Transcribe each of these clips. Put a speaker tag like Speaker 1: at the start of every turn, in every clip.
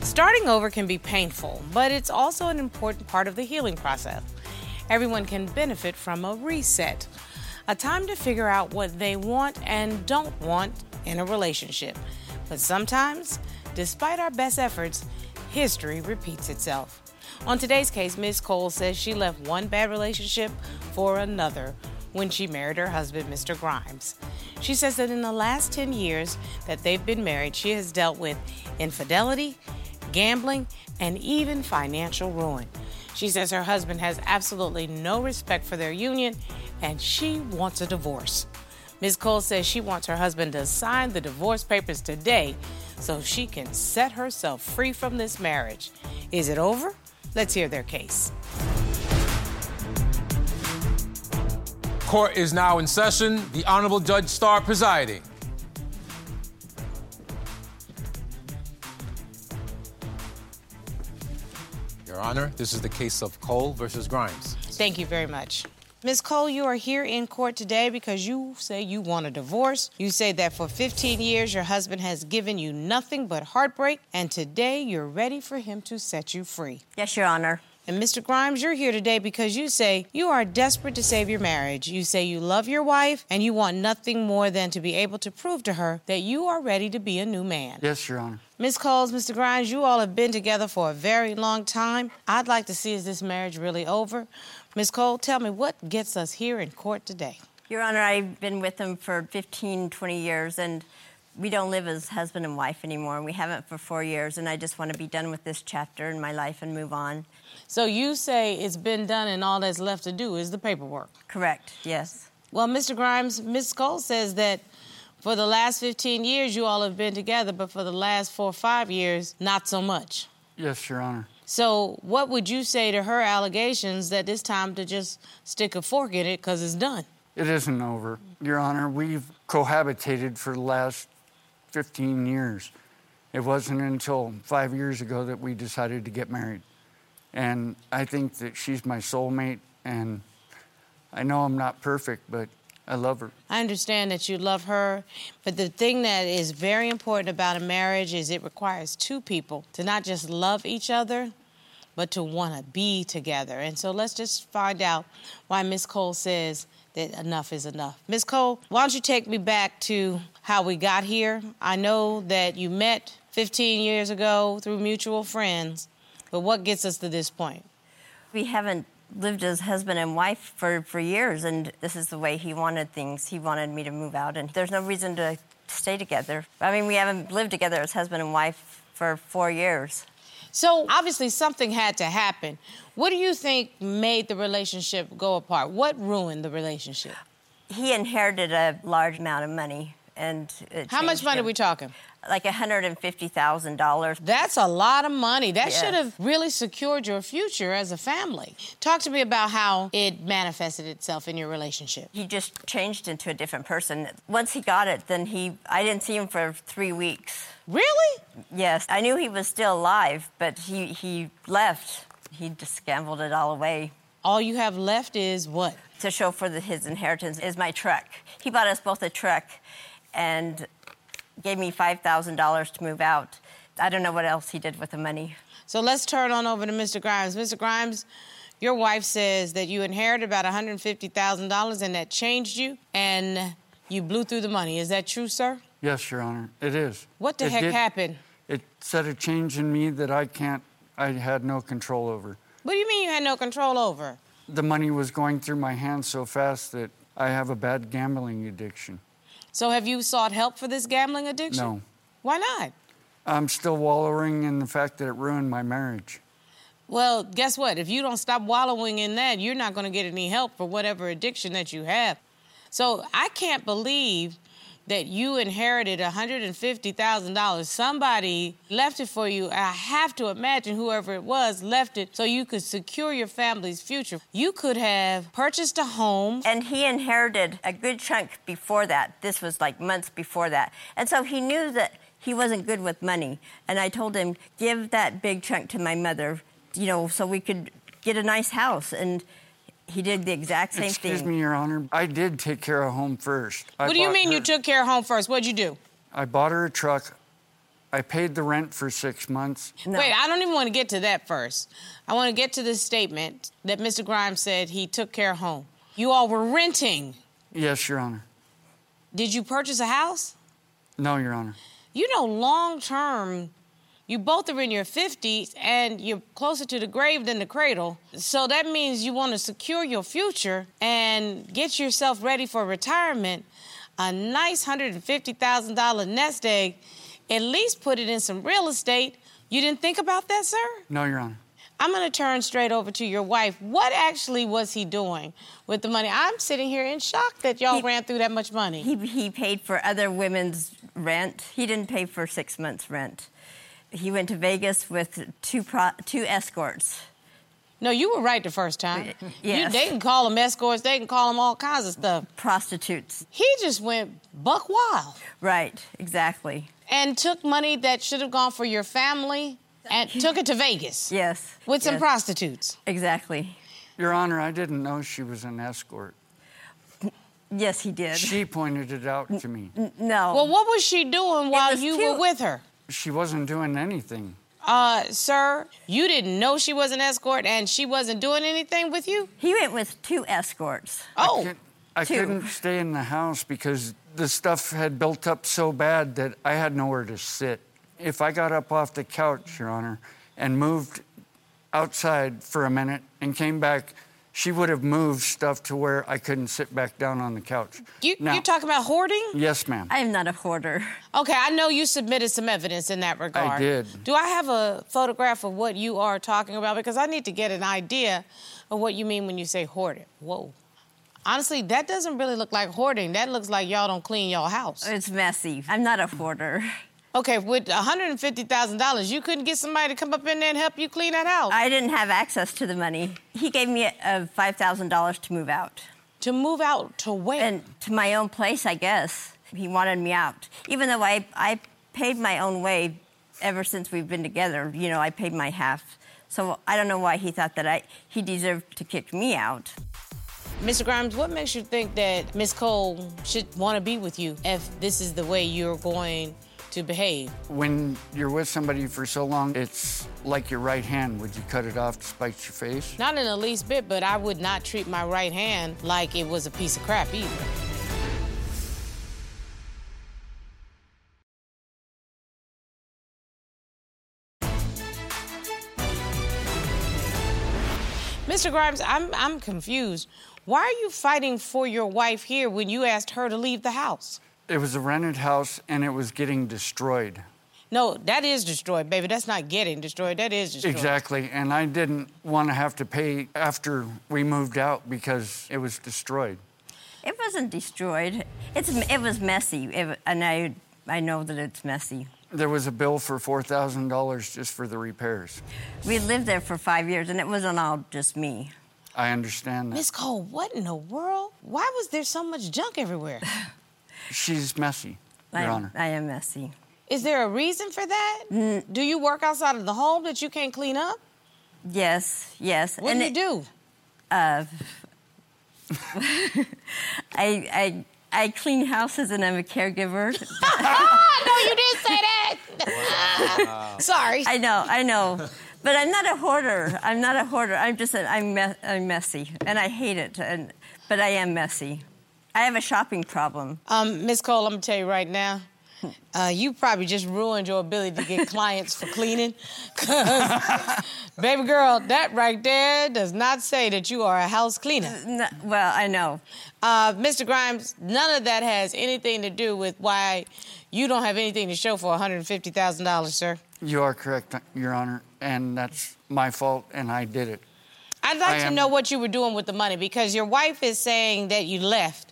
Speaker 1: Starting over can be painful, but it's also an important part of the healing process. Everyone can benefit from a reset, a time to figure out what they want and don't want in a relationship. But sometimes, despite our best efforts, history repeats itself. On today's case, Ms. Cole says she left one bad relationship for another when she married her husband, Mr. Grimes. She says that in the last 10 years that they've been married, she has dealt with infidelity, gambling, and even financial ruin. She says her husband has absolutely no respect for their union and she wants a divorce. Ms. Cole says she wants her husband to sign the divorce papers today so she can set herself free from this marriage. Is it over? Let's hear their case.
Speaker 2: Court is now in session. The Honorable Judge Starr presiding. Your Honor, this is the case of Cole versus Grimes.
Speaker 1: Thank you very much. Ms. Cole, you are here in court today because you say you want a divorce. You say that for 15 years your husband has given you nothing but heartbreak, and today you're ready for him to set you free.
Speaker 3: Yes, Your Honor.
Speaker 1: And Mr. Grimes, you're here today because you say you are desperate to save your marriage. You say you love your wife and you want nothing more than to be able to prove to her that you are ready to be a new man.
Speaker 4: Yes, Your Honor.
Speaker 1: Ms. Coles, Mr. Grimes, you all have been together for a very long time. I'd like to see is this marriage really over? Ms. Cole, tell me what gets us here in court today?
Speaker 3: Your Honor, I've been with him for 15, 20 years, and we don't live as husband and wife anymore, and we haven't for four years, and I just want to be done with this chapter in my life and move on.
Speaker 1: So you say it's been done and all that's left to do is the paperwork.
Speaker 3: Correct, yes.
Speaker 1: Well, Mr. Grimes, Ms. Cole says that for the last 15 years, you all have been together, but for the last four or five years, not so much.
Speaker 4: Yes, Your Honor.
Speaker 1: So, what would you say to her allegations that it's time to just stick a fork in it because it's done?
Speaker 4: It isn't over. Your Honor, we've cohabitated for the last 15 years. It wasn't until five years ago that we decided to get married. And I think that she's my soulmate, and I know I'm not perfect, but I love her.
Speaker 1: I understand that you love her, but the thing that is very important about a marriage is it requires two people to not just love each other, but to want to be together. And so let's just find out why Miss Cole says that enough is enough. Miss Cole, why don't you take me back to how we got here? I know that you met 15 years ago through mutual friends, but what gets us to this point?
Speaker 3: We haven't lived as husband and wife for, for years, and this is the way he wanted things. He wanted me to move out, and there's no reason to stay together. I mean, we haven't lived together as husband and wife for four years.
Speaker 1: So obviously, something had to happen. What do you think made the relationship go apart? What ruined the relationship?
Speaker 3: He inherited a large amount of money, and
Speaker 1: how much money
Speaker 3: him.
Speaker 1: are we talking?
Speaker 3: Like $150,000.
Speaker 1: That's a lot of money. That
Speaker 3: Yeah.
Speaker 1: should have really secured your future as a family. Talk to me about how it manifested itself in your relationship.
Speaker 3: he just changed into a different person. Once he got it, then he I didn't see him for three weeks.
Speaker 1: Really?
Speaker 3: Yes, I knew he was still alive, but he he left. He just gambled it all away.
Speaker 1: All you have left is what?
Speaker 3: To show for the, his inheritance is my truck. He bought us both a truck, and gave me five thousand dollars to move out. I don't know what else he did with the money.
Speaker 1: So let's turn on over to Mr. Grimes. Mr. Grimes, your wife says that you inherited about $150,000 and that changed you and you blew through the money. Is that true, sir?
Speaker 4: Yes, Your Honor. It is.
Speaker 1: What the
Speaker 4: It
Speaker 1: heck
Speaker 4: did-
Speaker 1: happened?
Speaker 4: It set a change in me that I can't, I had no control over.
Speaker 1: What do you mean you had no control over?
Speaker 4: The money was going through my hands so fast that I have a bad gambling addiction.
Speaker 1: So have you sought help for this gambling addiction?
Speaker 4: No.
Speaker 1: Why not?
Speaker 4: I'm still wallowing in the fact that it ruined my marriage.
Speaker 1: Well, guess what? If you don't stop wallowing in that, you're not going to get any help for whatever addiction that you have. So I can't believe that you inherited $150,000. Somebody left it for you. I have to imagine whoever it was left it so you could secure your family's future. You could have purchased a home.
Speaker 3: And he inherited a good chunk before that. This was like months before that. And so he knew that he wasn't good with money. And I told him, give that big chunk to my mother, you know, so we could get a nice house. And he did the exact same
Speaker 4: Excuse
Speaker 3: thing.
Speaker 4: me, Your Honor. I did take care of home first. I
Speaker 1: What do you
Speaker 4: bought
Speaker 1: mean you
Speaker 4: her-
Speaker 1: took care of home first? What'd you do?
Speaker 4: I bought her a truck. I paid the rent for six months.
Speaker 1: Wait, I don't even want to get to that first. I want to get to this statement that Mr. Grimes said he took care of home. You all were renting.
Speaker 4: Yes, Your Honor.
Speaker 1: Did you purchase a house?
Speaker 4: No, Your Honor.
Speaker 1: You know, long term, you both are in your 50s and you're closer to the grave than the cradle. So that means you want to secure your future and get yourself ready for retirement. A nice $150,000 nest egg, at least put it in some real estate. You didn't think about that, sir?
Speaker 4: No, Your Honor.
Speaker 1: I'm going to turn straight over to your wife. What actually was he doing with the money? I'm sitting here in shock that y'all
Speaker 3: He-
Speaker 1: ran through that much money.
Speaker 3: He, he paid for other women's rent. He didn't pay for six months' rent. He went to Vegas with two pro, two escorts.
Speaker 1: no, you were right the first time.
Speaker 3: Y-
Speaker 1: You,
Speaker 3: yes.
Speaker 1: they can call them escorts, they can call them all kinds of stuff.
Speaker 3: prostitutes.
Speaker 1: He just went buck wild
Speaker 3: Right, exactly.
Speaker 1: and took money that should have gone for your family and took it to Vegas
Speaker 3: Yes.
Speaker 1: with some
Speaker 3: yes,
Speaker 1: prostitutes.
Speaker 3: Exactly.
Speaker 4: Your Honor, I didn't know she was an escort.
Speaker 3: Yes, he did.
Speaker 4: She pointed it out to me.
Speaker 3: no.
Speaker 1: Well, what was she doing while
Speaker 3: was
Speaker 1: you were
Speaker 3: cute.
Speaker 1: with her?
Speaker 4: She wasn't doing anything.
Speaker 1: Uh, sir, you didn't know she was an escort and she wasn't doing anything with you?
Speaker 3: he went with two escorts.
Speaker 1: Oh.
Speaker 4: Can't- I
Speaker 3: Two.
Speaker 4: couldn't stay in the house because the stuff had built up so bad that I had nowhere to sit. If I got up off the couch, Your Honor, and moved outside for a minute and came back, she would have moved stuff to where I couldn't sit back down on the couch.
Speaker 1: You,
Speaker 4: Now-
Speaker 1: you're talking about hoarding?
Speaker 4: Yes, ma'am.
Speaker 3: I am not a hoarder.
Speaker 1: Okay, I know you submitted some evidence in that regard.
Speaker 4: did.
Speaker 1: Do I have a photograph of what you are talking about? Because I need to get an idea of what you mean when you say hoarding. Whoa. Honestly, that doesn't really look like hoarding. That looks like y'all don't clean y'all house.
Speaker 3: It's messy. I'm not a hoarder.
Speaker 1: Okay, with $150,000, you couldn't get somebody to come up in there and help you clean that house
Speaker 3: I didn't have access to the money. He gave me uh, $5,000 to move out.
Speaker 1: to move out to where?
Speaker 3: And to my own place, I guess. He wanted me out. Even though I, I paid my own way ever since we've been together, you know, I paid my half. So I don't know why he thought that I, he deserved to kick me out.
Speaker 1: Mr. Grimes, what makes you think that Miss Cole should want to be with you if this is the way you're going to behave?
Speaker 4: When you're with somebody for so long, it's like your right hand. Would you cut it off to spite your face?
Speaker 1: Not in the least bit, but I would not treat my right hand like it was a piece of crap either. Mr. Grimes, I'm, I'm confused. Why are you fighting for your wife here when you asked her to leave the house?
Speaker 4: It was a rented house and it was getting destroyed.
Speaker 1: No, that is destroyed, baby. That's not getting destroyed. That is destroyed.
Speaker 4: Exactly. And I didn't want to have to pay after we moved out because it was destroyed.
Speaker 3: It wasn't destroyed. It's it was messy, it, wa- and I I know that it's messy.
Speaker 4: There was a bill for $4,000 just for the repairs.
Speaker 3: We lived there for five years, and it wasn't all just me.
Speaker 4: I understand that.
Speaker 1: Miss Cole, what in the world? Why was there so much junk everywhere?
Speaker 4: She's messy, Your
Speaker 3: I,
Speaker 4: Honor.
Speaker 3: I am messy.
Speaker 1: Is there a reason for that? Do you work outside of the home that you can't clean up?
Speaker 3: Yes, yes.
Speaker 1: What
Speaker 3: and
Speaker 1: do you
Speaker 3: it- uh,
Speaker 1: do?
Speaker 3: I I I clean houses, and I'm a caregiver.
Speaker 1: ah, no, you didn't say that. Sorry.
Speaker 3: I know, I know, but I'm not a hoarder. I'm not a hoarder. I'm just a, I'm me- I'm messy, and I hate it. And but I am messy. I have a shopping problem.
Speaker 1: Um, Miss Cole, I'm gonna tell you right now. Uh, you probably just ruined your ability to get clients for cleaning. 'Cause, baby girl, that right there does not say that you are a house cleaner.
Speaker 3: No- well, I know.
Speaker 1: Uh, Mr. Grimes, none of that has anything to do with why you don't have anything to show for $150,000, sir.
Speaker 4: You are correct, Your Honor. And that's my fault, and I did it.
Speaker 1: I'd like
Speaker 4: I
Speaker 1: to
Speaker 4: am-
Speaker 1: know what you were doing with the money because your wife is saying that you left.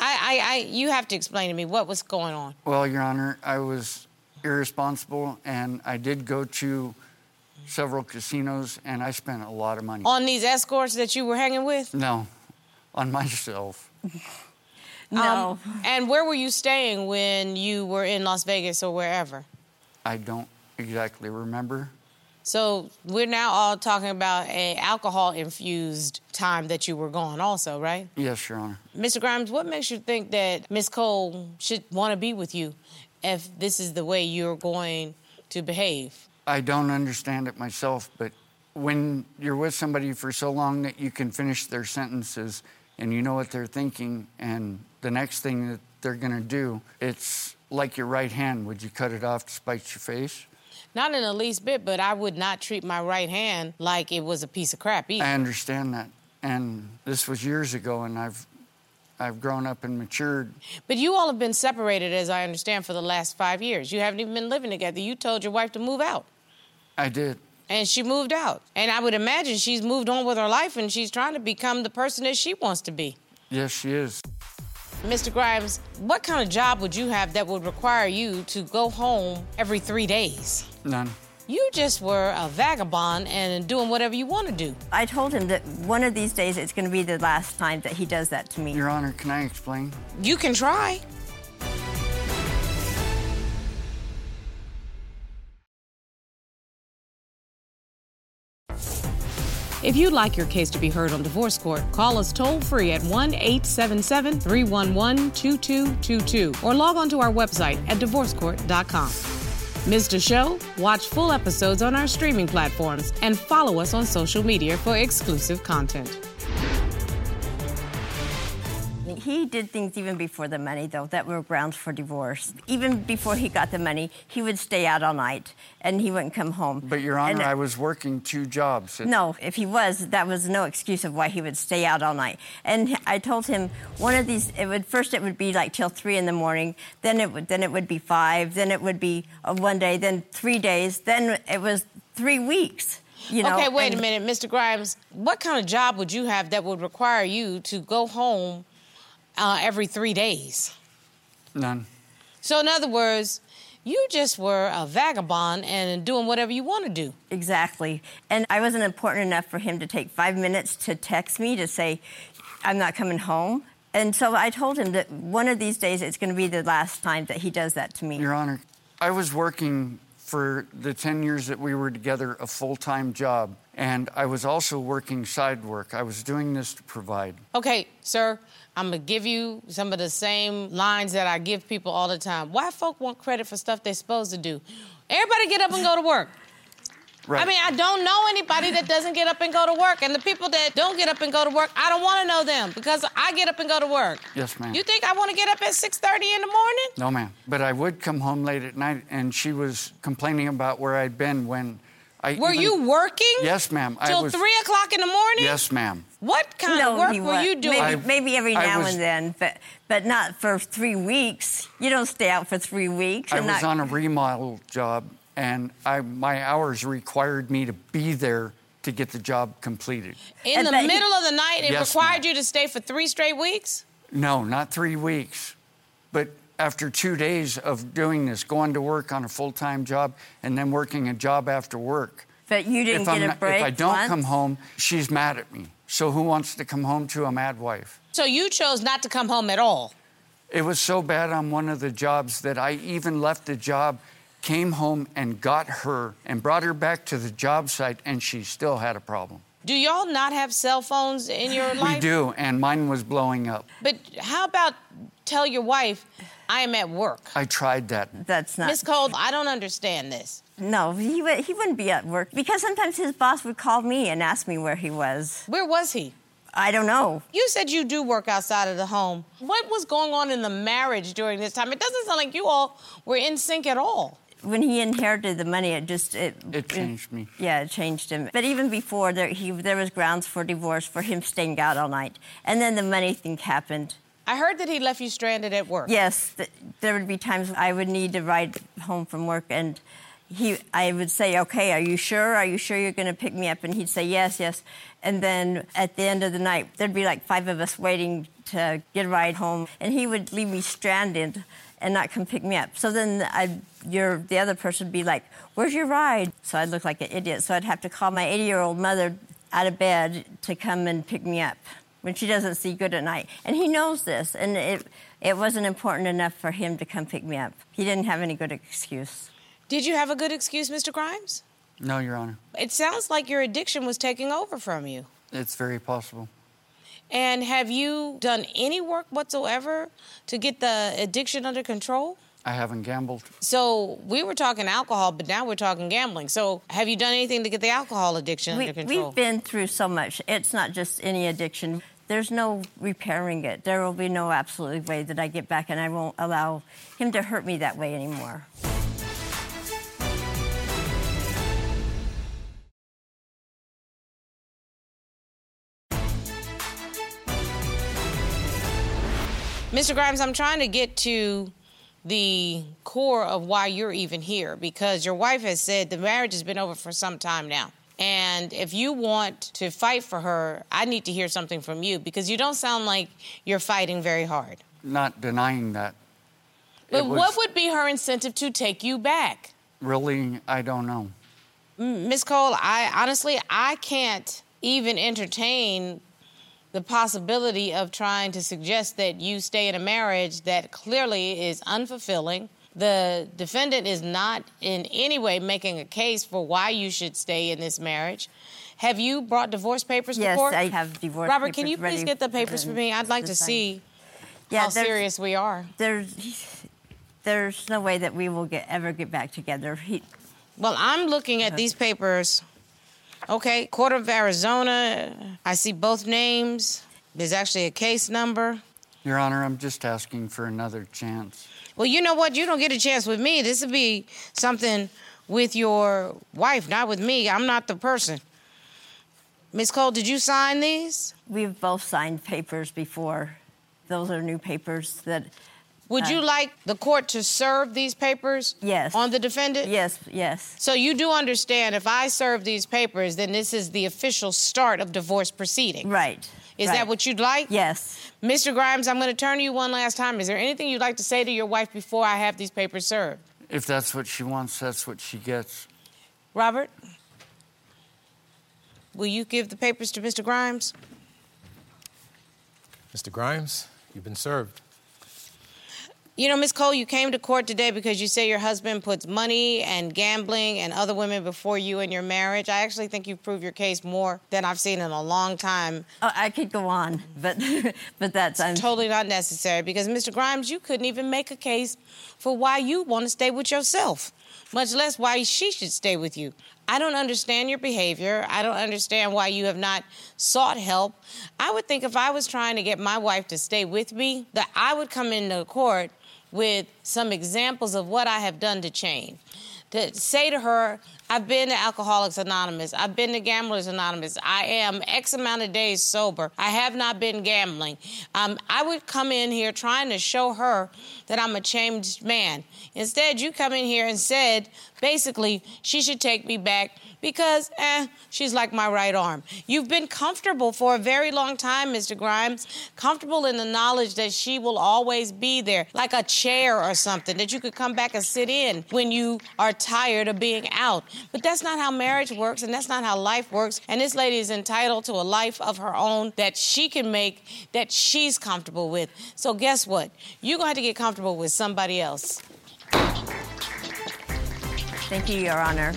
Speaker 1: I, I, I, you have to explain to me what was going on.
Speaker 4: Well, Your Honor, I was irresponsible, and I did go to several casinos, and I spent a lot of money.
Speaker 1: On these escorts that you were hanging with?
Speaker 4: no, on myself.
Speaker 1: Um,
Speaker 3: No.
Speaker 1: And where were you staying when you were in Las Vegas or wherever?
Speaker 4: I don't exactly remember.
Speaker 1: So we're now all talking about a alcohol infused time that you were gone also, right?
Speaker 4: Yes, Your Honor.
Speaker 1: Mr. Grimes, what makes you think that Miss Cole should want to be with you if this is the way you're going to behave.
Speaker 4: I don't understand it myself, but when you're with somebody for so long that you can finish their sentences and you know what they're thinking and the next thing that they're going to do, it's like your right hand. Would you cut it off to spite your face?
Speaker 1: Not in the least bit, but I would not treat my right hand like it was a piece of crap either.
Speaker 4: I understand that. And this was years ago, and I've, I've grown up and matured.
Speaker 1: But you all have been separated, as I understand, for the last five years. You haven't even been living together. You told your wife to move out,
Speaker 4: I did.
Speaker 1: and she moved out. And I would imagine she's moved on with her life and she's trying to become the person that she wants to be.
Speaker 4: Yes, she is.
Speaker 1: Mr. Grimes, what kind of job would you have that would require you to go home every three days?
Speaker 4: None.
Speaker 1: You just were a vagabond and doing whatever you want to do.
Speaker 3: I told him that one of these days it's going to be the last time that he does that to me.
Speaker 4: Your Honor, can I explain?
Speaker 1: You can try. If you'd like your case to be heard on divorce court, call us toll free at 1 877 311 2222 or log on to our website at divorcecourt.com. Missed a show? Watch full episodes on our streaming platforms and follow us on social media for exclusive content.
Speaker 3: He did things even before the money, though, that were grounds for divorce. Even before he got the money, he would stay out all night and he wouldn't come home.
Speaker 4: But, Your Honor,
Speaker 3: And-
Speaker 4: I was working two jobs. It-
Speaker 3: No, if he was, that was no excuse of why he would stay out all night. And I told him one of these. It would first it would be like till three in the morning. Then it would then it would be five. Then it would be uh, one day. Then three days. Then it was three weeks. You know.
Speaker 1: okay, wait a
Speaker 3: and-
Speaker 1: minute, Mr. Grimes. What kind of job would you have that would require you to go home uh, every three days?
Speaker 4: None.
Speaker 1: So, in other words, you just were a vagabond and doing whatever you want to do.
Speaker 3: Exactly. And I wasn't important enough for him to take five minutes to text me to say, I'm not coming home. And so I told him that one of these days it's going to be the last time that he does that to me.
Speaker 4: Your Honor, I was working for the 10 years that we were together a full time job, and I was also working side work. I was doing this to provide.
Speaker 1: Okay, sir, I'm gonna give you some of the same lines that I give people all the time. Why folk want credit for stuff they're supposed to do? Everybody get up and go to work.
Speaker 4: Right.
Speaker 1: I mean, I don't know anybody that doesn't get up and go to work. And the people that don't get up and go to work, I don't want to know them because I get up and go to work.
Speaker 4: Yes, ma'am.
Speaker 1: You think I want to get up at 6:30 in the morning?
Speaker 4: no, ma'am. But I would come home late at night, and she was complaining about where I'd been when I.
Speaker 1: Were
Speaker 4: even-
Speaker 1: you working?
Speaker 4: Yes, ma'am. I
Speaker 1: Till
Speaker 4: was-
Speaker 1: three o'clock in the morning?
Speaker 4: Yes, ma'am.
Speaker 1: What kind of work
Speaker 3: he
Speaker 1: were
Speaker 3: wa-
Speaker 1: you doing?
Speaker 3: Maybe,
Speaker 4: I-
Speaker 3: maybe every
Speaker 4: I
Speaker 3: now
Speaker 4: was-
Speaker 3: and then, but but not for three weeks. You don't stay out for three weeks.
Speaker 4: I
Speaker 3: and
Speaker 4: was
Speaker 3: not-
Speaker 4: on a remodel job, and I, my hours required me to be there to get the job completed.
Speaker 1: in
Speaker 3: And
Speaker 1: the
Speaker 3: that he-
Speaker 1: middle of the night, it
Speaker 4: Yes,
Speaker 1: required
Speaker 4: ma'am.
Speaker 1: you to stay for three straight weeks?
Speaker 4: No, not three weeks. But after two days of doing this, going to work on a full time job and then working a job after work.
Speaker 3: But you didn't
Speaker 4: if,
Speaker 3: get
Speaker 4: I'm
Speaker 3: a
Speaker 4: not-
Speaker 3: break
Speaker 4: if I don't
Speaker 3: once?
Speaker 4: come home, she's mad at me. So who wants to come home to a mad wife?
Speaker 1: So you chose not to come home at all.
Speaker 4: It was so bad on one of the jobs that I even left the job, came home and got her and brought her back to the job site, and she still had a problem.
Speaker 1: Do y'all not have cell phones in your life?
Speaker 4: We do, and mine was blowing up.
Speaker 1: But how about tell your wife, I am at work?
Speaker 4: I tried that.
Speaker 3: That's not.
Speaker 1: Miss Cole, I don't understand this.
Speaker 3: No, he, would, he wouldn't be at work because sometimes his boss would call me and ask me where he was.
Speaker 1: Where was he?
Speaker 3: I don't know.
Speaker 1: You said you do work outside of the home. What was going on in the marriage during this time? It doesn't sound like you all were in sync at all.
Speaker 3: When he inherited the money, it just it,
Speaker 4: It changed me.
Speaker 3: Yeah, it changed him. But even before there, he there was grounds for divorce for him staying out all night, and then the money thing happened.
Speaker 1: I heard that he left you stranded at work.
Speaker 3: Yes, th- there would be times I would need to ride home from work, and he, I would say, "Okay, are you sure? Are you sure you're going to pick me up?" And he'd say, "Yes, yes." And then at the end of the night, there'd be like five of us waiting to get a ride home, and he would leave me stranded and not come pick me up. So then I, your, the other person would be like, "Where's your ride?" So I'd look like an idiot. So I'd have to call my 80-year-old mother out of bed to come and pick me up when she doesn't see good at night. And he knows this, and it, it wasn't important enough for him to come pick me up. He didn't have any good excuse.
Speaker 1: Did you have a good excuse, Mr. Grimes?
Speaker 4: No, Your Honor.
Speaker 1: It sounds like your addiction was taking over from you.
Speaker 4: It's very possible.
Speaker 1: And have you done any work whatsoever to get the addiction under control?
Speaker 4: I haven't gambled.
Speaker 1: So we were talking alcohol, but now we're talking gambling. So have you done anything to get the alcohol addiction
Speaker 3: We,
Speaker 1: under control?
Speaker 3: we've been through so much. It's not just any addiction. There's no repairing it. There will be no absolutely way that I get back, and I won't allow him to hurt me that way anymore.
Speaker 1: Mr. Grimes, I'm trying to get to the core of why you're even here because your wife has said the marriage has been over for some time now. And if you want to fight for her, I need to hear something from you because you don't sound like you're fighting very hard.
Speaker 4: Not denying that.
Speaker 1: But
Speaker 4: It was-
Speaker 1: what would be her incentive to take you back?
Speaker 4: Really, I don't know.
Speaker 1: Ms. Cole, I honestly I can't even entertain the possibility of trying to suggest that you stay in a marriage that clearly is unfulfilling. The defendant is not in any way making a case for why you should stay in this marriage. Have you brought divorce papers
Speaker 3: Yes,
Speaker 1: to court?
Speaker 3: I have divorce
Speaker 1: Robert, can
Speaker 3: papers
Speaker 1: you please
Speaker 3: ready
Speaker 1: get the papers for
Speaker 3: and
Speaker 1: me? I'd like to
Speaker 3: to sign.
Speaker 1: see
Speaker 3: Yeah,
Speaker 1: how
Speaker 3: there's-
Speaker 1: serious we are.
Speaker 3: There's, there's no way that we will get ever get back together. He,
Speaker 1: Well, I'm looking at these papers. Okay, Court of Arizona. I see both names. There's actually a case number.
Speaker 4: Your Honor, I'm just asking for another chance.
Speaker 1: Well, you know what? You don't get a chance with me. This would be something with your wife, not with me. I'm not the person. Miss Cole, did you sign these?
Speaker 3: we've both signed papers before. Those are new papers that.
Speaker 1: Would you
Speaker 3: Uh,
Speaker 1: like the court to serve these papers
Speaker 3: Yes.
Speaker 1: on the defendant?
Speaker 3: Yes, yes.
Speaker 1: So you do understand if I serve these papers, then this is the official start of divorce proceedings.
Speaker 3: Right.
Speaker 1: Is that
Speaker 3: right.
Speaker 1: what you'd like?
Speaker 3: Yes.
Speaker 1: Mr. Grimes, I'm going to turn to you one last time. Is there anything you'd like to say to your wife before I have these papers served?
Speaker 4: If that's what she wants, that's what she gets.
Speaker 1: Robert? Will you give the papers to Mr. Grimes?
Speaker 2: Mr. Grimes, you've been served.
Speaker 1: You know, Ms. Cole, you came to court today because you say your husband puts money and gambling and other women before you and your marriage. I actually think you proved your case more than I've seen in a long time.
Speaker 3: Oh, I could go on, but but that's un-
Speaker 1: Totally not necessary because, Mr. Grimes, you couldn't even make a case for why you want to stay with yourself, much less why she should stay with you. I don't understand your behavior. I don't understand why you have not sought help. I would think if I was trying to get my wife to stay with me, that I would come into court with some examples of what I have done to change. To say to her, I've been to Alcoholics Anonymous, I've been to Gamblers Anonymous, I am X amount of days sober, I have not been gambling. Um, I would come in here trying to show her that I'm a changed man. Instead, you come in here and said, basically, she should take me back because, eh, she's like my right arm. You've been comfortable for a very long time, Mr. Grimes, comfortable in the knowledge that she will always be there, like a chair or something that you could come back and sit in when you are tired of being out. But that's not how marriage works, and that's not how life works. And this lady is entitled to a life of her own that she can make, that she's comfortable with. So, guess what? You're going to have to get comfortable with somebody else.
Speaker 3: Thank you, Your Honor.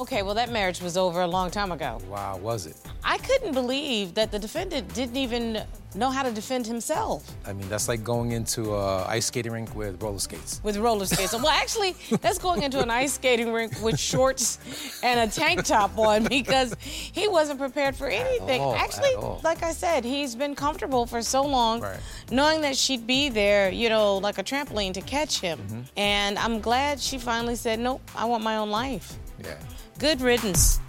Speaker 1: Okay, well, that marriage was over a long time ago.
Speaker 2: Wow, was it?
Speaker 1: I couldn't believe that the defendant didn't even know how to defend himself
Speaker 2: I mean, that's like going into a ice skating rink with roller skates.
Speaker 1: with roller skates. Well, actually, that's going into an ice skating rink with shorts and a tank top on because he wasn't prepared for anything.
Speaker 2: all, at
Speaker 1: actually,
Speaker 2: all.
Speaker 1: like I said, he's been comfortable for so long,
Speaker 2: Right.
Speaker 1: knowing that she'd be there, you know, like a trampoline to catch him.
Speaker 2: Mm-hmm.
Speaker 1: And I'm glad she finally said, Nope, I want my own life.
Speaker 2: Yeah.
Speaker 1: Good riddance.